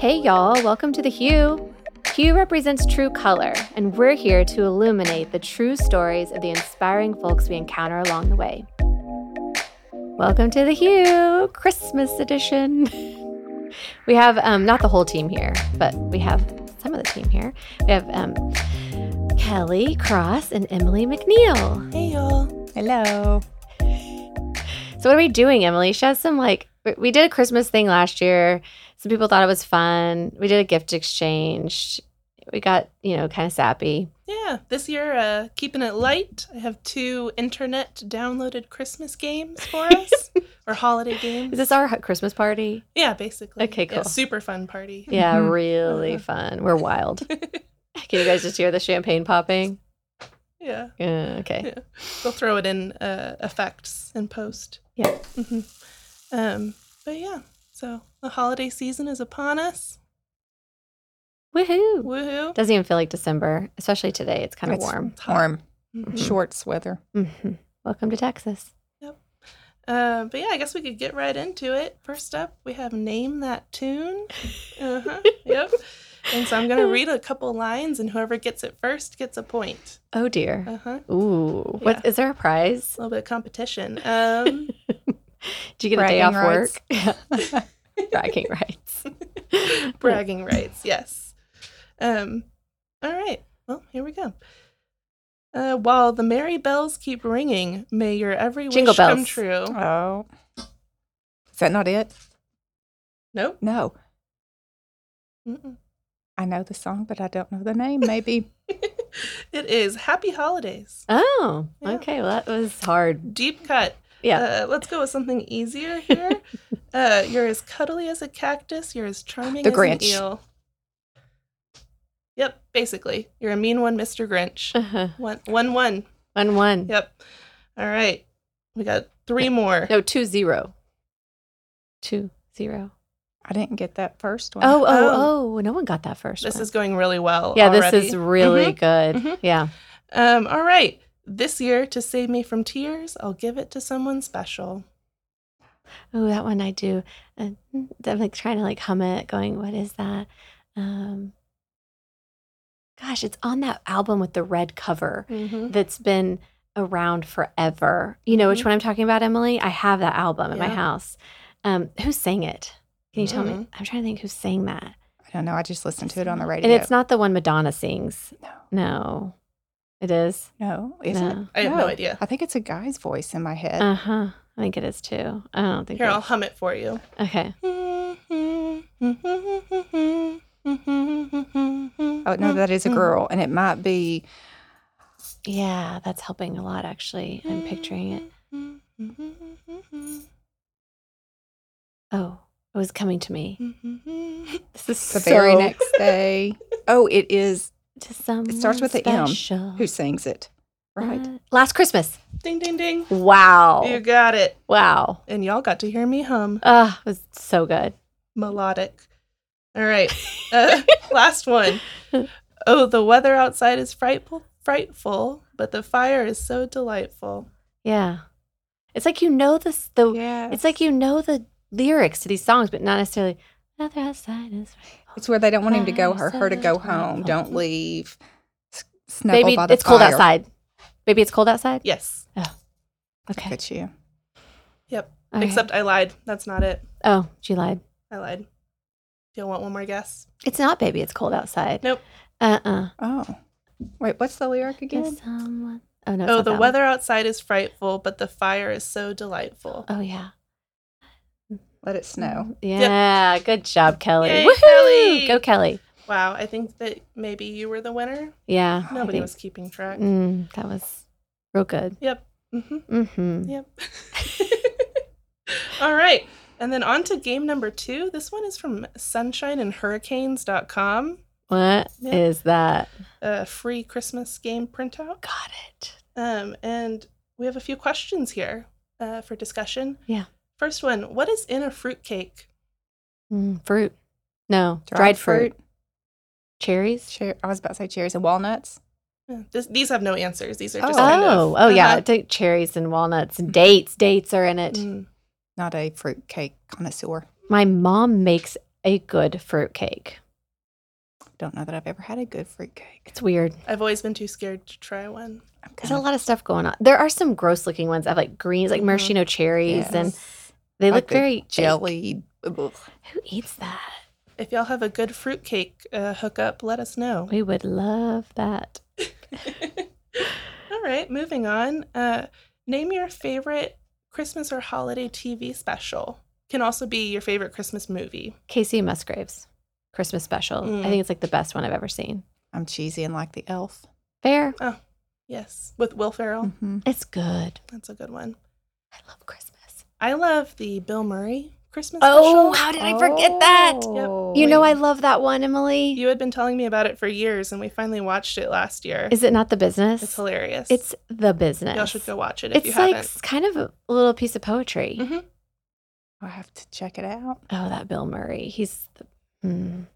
Hey, y'all, welcome to The Hue. Hue represents true color, and we're here to illuminate the true stories of the inspiring folks we encounter along the way. Welcome to The Hue Christmas edition. we have um, not the whole team here, but we have some of the team here. We have um, Kelly Cross and Emily McNeil. Hey y'all. Hello. So, what are we doing, Emily? She has some like, we- we did a Christmas thing last year. Some people thought it was fun. We did a gift exchange. We got, you know, kind of sappy. Yeah, this year, uh, keeping it light, I have two internet downloaded Christmas games for us or holiday games. Is this our h- Christmas party? yeah, basically. Okay, Yeah, cool. super fun party. Yeah, Mhm. really Uh-huh. fun. We're wild. Can you guys just hear the champagne popping? yeah, Uh, okay. yeah. We'll throw it in uh, effects and post. Yeah. hmm Um, but yeah, so the holiday season is upon us. Woohoo. Woohoo! Doesn't even feel like December, especially today. It's kind of It's warm. It's hot. Warm Mm-hmm. Mhm. shorts weather. hmm Welcome to Texas. Uh, but yeah, I guess we could get right into it. First up, we have Name That Tune. Uh-huh. yep. And so I'm going to read a couple lines, and whoever gets it first gets a point. Oh, dear. Uh huh. Ooh. What is Yeah. there a prize? A little bit of competition. Um, Do you get a day Bragging off rights. work? Bragging rights. bragging rights, yes. Um, all right. Well, here we go. Uh, while the merry bells keep ringing, may your every Jingle wish come bells. true. Oh. Is that not it? Nope. No. Mm-mm. I know the song, but I don't know the name. Maybe. It is Happy Holidays. Oh, Yeah. okay. Well, that was hard. Deep cut. Yeah. Uh, let's go with something easier here. uh, you're as cuddly as a cactus. You're as charming The as Grinch. an eel. Yep, basically, you're a mean one, Mr. Grinch. Uh-huh. One, one, one. One one. Yep. All right, we got three more. No, two zero. Two zero. I didn't get that first one. Oh, oh, Oh. oh. No one got that first. This one. is going really well. yeah, already. this is really good. Mhm. Yeah. Um, all right, this year to save me from tears, I'll give it to someone special. Oh, that one I do. And I'm like trying to like hum it, going, what is that? Um, gosh, it's on that album with the red cover. Mm-hmm. that's been around forever. You know which Mhm. one I'm talking about, Emily? I have that album at my Yeah. house. Um, who sang it? Can you tell me? Mm. I'm trying to think who sang that. I don't know. I just listened to it on the radio. And it's not the one Madonna sings. No. No. It is? No. Is it? No. I have no idea. I think it's a guy's voice in my head. Uh huh. I think it is too. I don't think Here, it- I'll hum it for you. Okay. oh, Oh no, that is a Mhm. mm-hmm. girl. And it might be. Yeah, that's helping a lot actually. I'm picturing it. Oh, it was coming to me. Mm. This is The very so- next day. Oh, it is. to someone starts with a M. special. Who sings it? Right. Uh, Last Christmas. Ding ding ding. Wow. You got it. Wow. And y'all got to hear me hum Ah, it was so good. melodic. All right. Uh, last one. Oh, the weather outside is frightful, frightful, but the fire is so delightful. Yeah. It's like you know this the yeah. it's like you know the lyrics to these songs, but not necessarily another outside is It's where they don't want him to go, Five, her, her to seven, go twelve. home. Don't leave. S- Snuggle Maybe by the it's cold fire. outside. Maybe it's cold outside? Yes. Okay. Look at you. Yep. All right. Except I lied. That's not it. Oh, she lied. I lied. Do y'all want one more guess? It's not baby, it's cold outside. Nope. Uh uh Oh. Wait, what's the lyric again? Guess someone Oh no. it's oh, not that the one. weather outside is frightful, but the fire is so delightful. Oh yeah. Let it Mm-hmm. snow. Yeah. Good job, Kelly. Yay, Woohoo! Kelly! Go Kelly. Wow, I think that maybe you were the winner. Yeah. I Nobody think- was keeping track. Mm, that was real good. Yep. hmm Mm-hmm. Yep. All right. And then on to game number two. This one is from sunshineandhurricanes.com, What is Yep. that? a free Christmas game printout. Got it. Um, and we have a few questions here uh, for discussion. Yeah. First one What is in a fruitcake? Mm, fruit. No. Dried fruit. Cherries. Cher- I was about to say cherries and walnuts. Uh, This, these have no answers. These are just. Oh. kind of- Oh, oh yeah, Uh-huh. take cherries and walnuts and dates. Dates are in it. Mm. Not a fruit cake connoisseur. My mom makes a good fruitcake? Don't know that I've ever had a good fruitcake. It's weird. I've always been too scared to try one. I'm There's a kinda- lot of stuff going on. There are some gross looking ones. I have like greens, like Mhm. maraschino cherries, and Yes. they Like look the very fake. jelly. Ugh. Who eats that? If y'all have a good fruitcake uh, hookup, let us know. We would love that. All right, moving on. Uh, name your favorite Christmas or holiday TV special. Can also be your favorite Christmas movie. Casey Musgraves Christmas special. Mm. I think it's like the best one I've ever seen. I'm cheesy and like the elf. Fair. Yes, with Will Oh. Hmm. Ferrell. Mhm. It's good. That's a good one. I love Christmas. I love the Bill Murray Christmas Oh, special. how did I forget that? Oh, You know I love that one, Emily. You had been telling me about it for years, and we finally watched it last year. Is it not the business? It's hilarious. It's the business. y'all should go watch it if you it's like haven't. s- kind of a little piece of poetry. Mhm. I have to check it out. Oh, that Bill Murray. He's the, mm,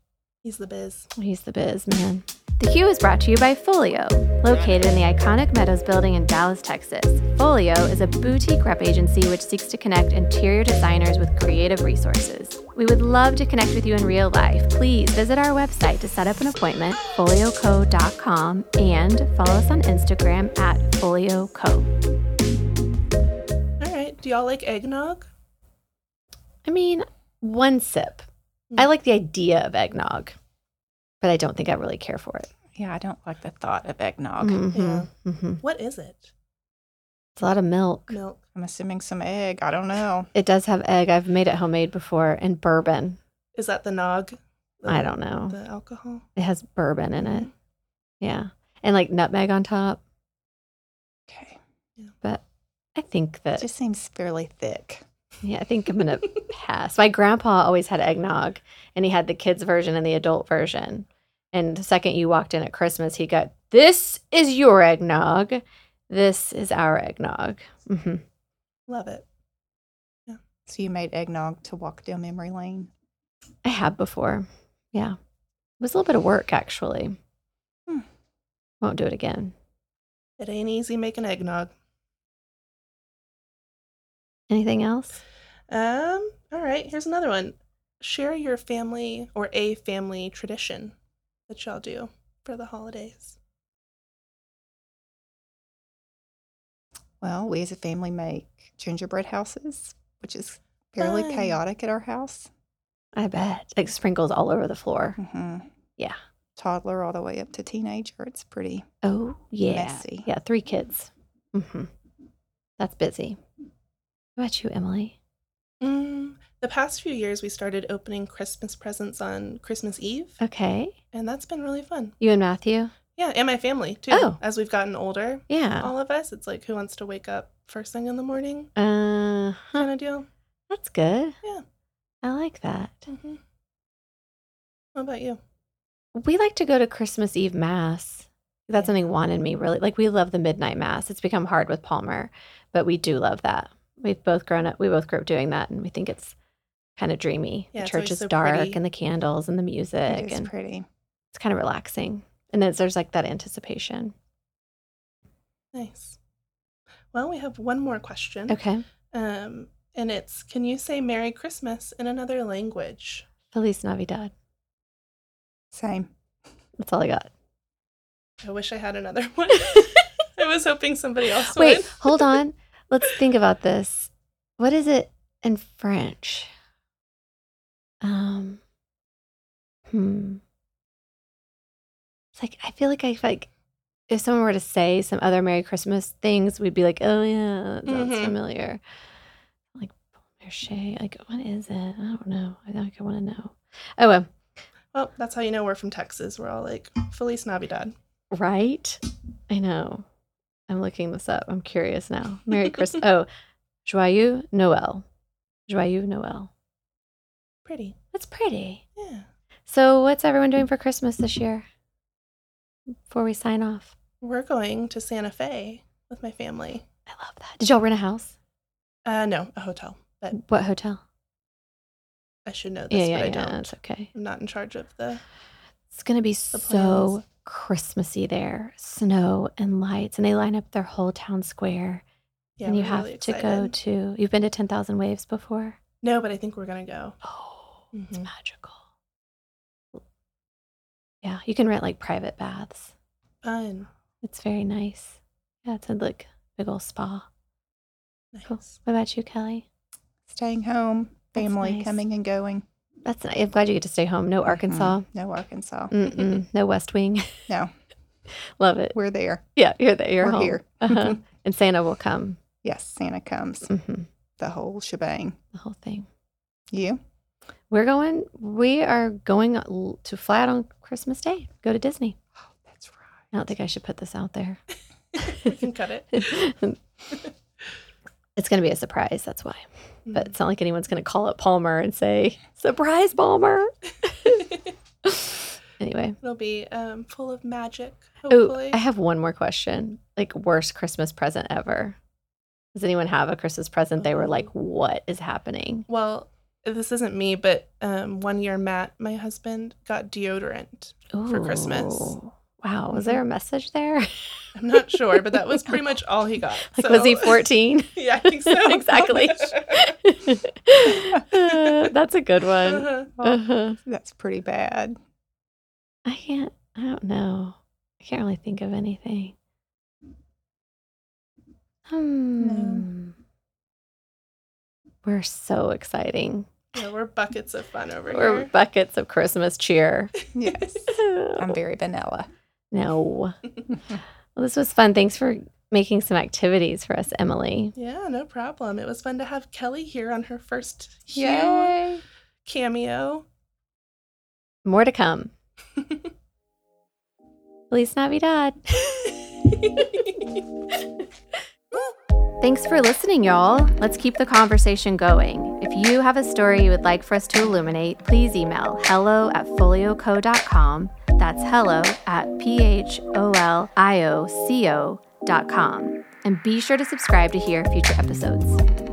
He's the biz. he's the biz man. The Hue is brought to you by Folio, located in the iconic Meadows building in Dallas, Texas. Folio is a boutique rep agency which seeks to connect interior designers with creative resources. We would love to connect with you in real life. Please visit our website to set up an appointment, folioco.com, and follow us on Instagram at folioco. All right. Do y'all like eggnog? I mean, one sip. I like the idea of eggnog, but I don't think I really care for it. Yeah, I don't like the thought of eggnog. Mhm, Yeah. mhm. What is it? It's a lot of milk. Milk. I'm assuming some egg. I don't know. It does have egg. I've made it homemade before and bourbon. Is that the nog? The- Oh. I don't know. The alcohol. Mm-hmm. It has bourbon in it. Yeah. And like nutmeg on top. Okay. But I think It that, just seems fairly thick. yeah, I think I'm going to pass. My grandpa always had eggnog and he had the kids' version and the adult version. And the second you walked in at Christmas, he got, This is your eggnog. This is our eggnog. hmm Love it. So you made eggnog to walk down memory lane. I have before. Yeah. It was a little bit of work, actually. Hmm. Won't do it again. It ain't easy making eggnog. Anything else? Um. All right. Here's another one. Share your family or a family tradition that y'all do for the holidays. Well, we as a family make gingerbread houses, which is fairly Fun. chaotic at our house. I bet. Like sprinkles all over the floor. Mm-hmm. hmm Yeah. Toddler all the way up to teenager. It's pretty. Oh, yeah. Messy. Yeah, three kids. hmm That's busy. What about you, Emily? Mm, the past few years, we started opening Christmas presents on Christmas Eve, Okay. and that's been really fun. You and Matthew? Yeah, and my family too. Oh. As we've gotten older, Yeah. all of us, it's like who wants to wake up first thing in the morning Uh, huh. kind of deal. That's good. Oh. Yeah. I like that. hmm What about you? We like to go to Christmas Eve Mass. That's something Juan and me really like. We love the midnight Mass. It's become hard with Palmer, but we do love that. We've both grown up, we both grew up doing that, and we think it's kind of dreamy. Yeah, the it's church always is so dark, pretty. and the candles, and the music, It is and pretty. it's kind of relaxing. And then there's like that anticipation. Nice. Well, we have one more question. Okay. Um, and it's can you say Merry Christmas in another language? Feliz Navidad. Same. That's all I got. I wish I had another one. I was hoping somebody else Wait, would. hold on. Let's think about this. What is it in French? Um, hmm. It's like I feel like I like if someone were to say some other Merry Christmas things, we'd be like, oh yeah, that sounds Mhm. familiar. Like Marche, like what is it? I don't know. I think I want to know. Oh, well, Well, that's how you know we're from Texas. We're all like Feliz Navidad. right? I know. I'm looking this up. I'm curious now. Merry Christmas. oh, Joyeux Noel. Joyeux Noel. Pretty. That's pretty. Yeah. So, what's everyone doing for Christmas this year? Before we sign off, We're going to Santa Fe with my family. I love that. Did y'all rent a house? Uh no, a hotel. But What hotel? I should know Yeah, this, yeah, but I yeah. don't. It's okay. I'm not in charge of the It's gonna be plans. so Christmassy there. Snow and lights, and they line up their whole town square. yeah. and you we're have really to go excited. to. You've been to Ten Thousand Waves before. No, but I think we're gonna go. Oh, it's Mm-hmm. Mhm. magical. Yeah, you can rent like private baths. Fun. It's very nice. Yeah, it's a like big old spa. Nice. Cool. What about you, Kelly? Staying home, That's family nice. coming and going. That's nice. I'm glad you get to stay home. Mm-hmm. No Arkansas. No Arkansas. Mm. Mm-mm. No West Wing. No. Love it. We're there. Yeah, you're there. You're We're home. here. Mm-hmm. Uh-huh. and Santa will come. Yes, Santa comes. hmm The whole shebang. The whole thing. You? We're going. We are going l- to fly out on Christmas Day. Go to Disney. Oh, that's right. I don't think I should put this out there. we can cut it. it's going to be a surprise. That's why. But it's not like anyone's going to call up Palmer and say, "Surprise, Palmer." anyway. Mm. It'll be um, full of magic, Oh, hopefully. I have one more question. Like worst Christmas present ever. Does anyone have a Christmas present they were like, "What is happening?" well, this isn't me, but um, one year Matt, my husband, got deodorant. For Christmas. Mm-hmm. Ooh. Wow, was there a message there? I'm not sure, but that was pretty much all he got. Like, was he so- 14? yeah, I think so. Uh-huh. Exactly. Uh, that's a good one. Uh-huh. Uh-huh. That's pretty bad. I can't, I don't know. I can't really think of anything. Hmm. We're so exciting. Yeah, we're buckets of fun over We're here. buckets of Christmas cheer. Yes. I'm very vanilla. no. Well, this was fun. Thanks for making some activities for us, Emily. yeah, no problem. It was fun to have Kelly here on her first Hugh Yay. cameo. More to come. Feliz Navidad. Thanks for listening, y'all. Let's keep the conversation going. If you have a story you would like for us to illuminate, please email hello at folioco.com. That's hello at P H O L I O C O dot com. And be sure to subscribe to hear future episodes.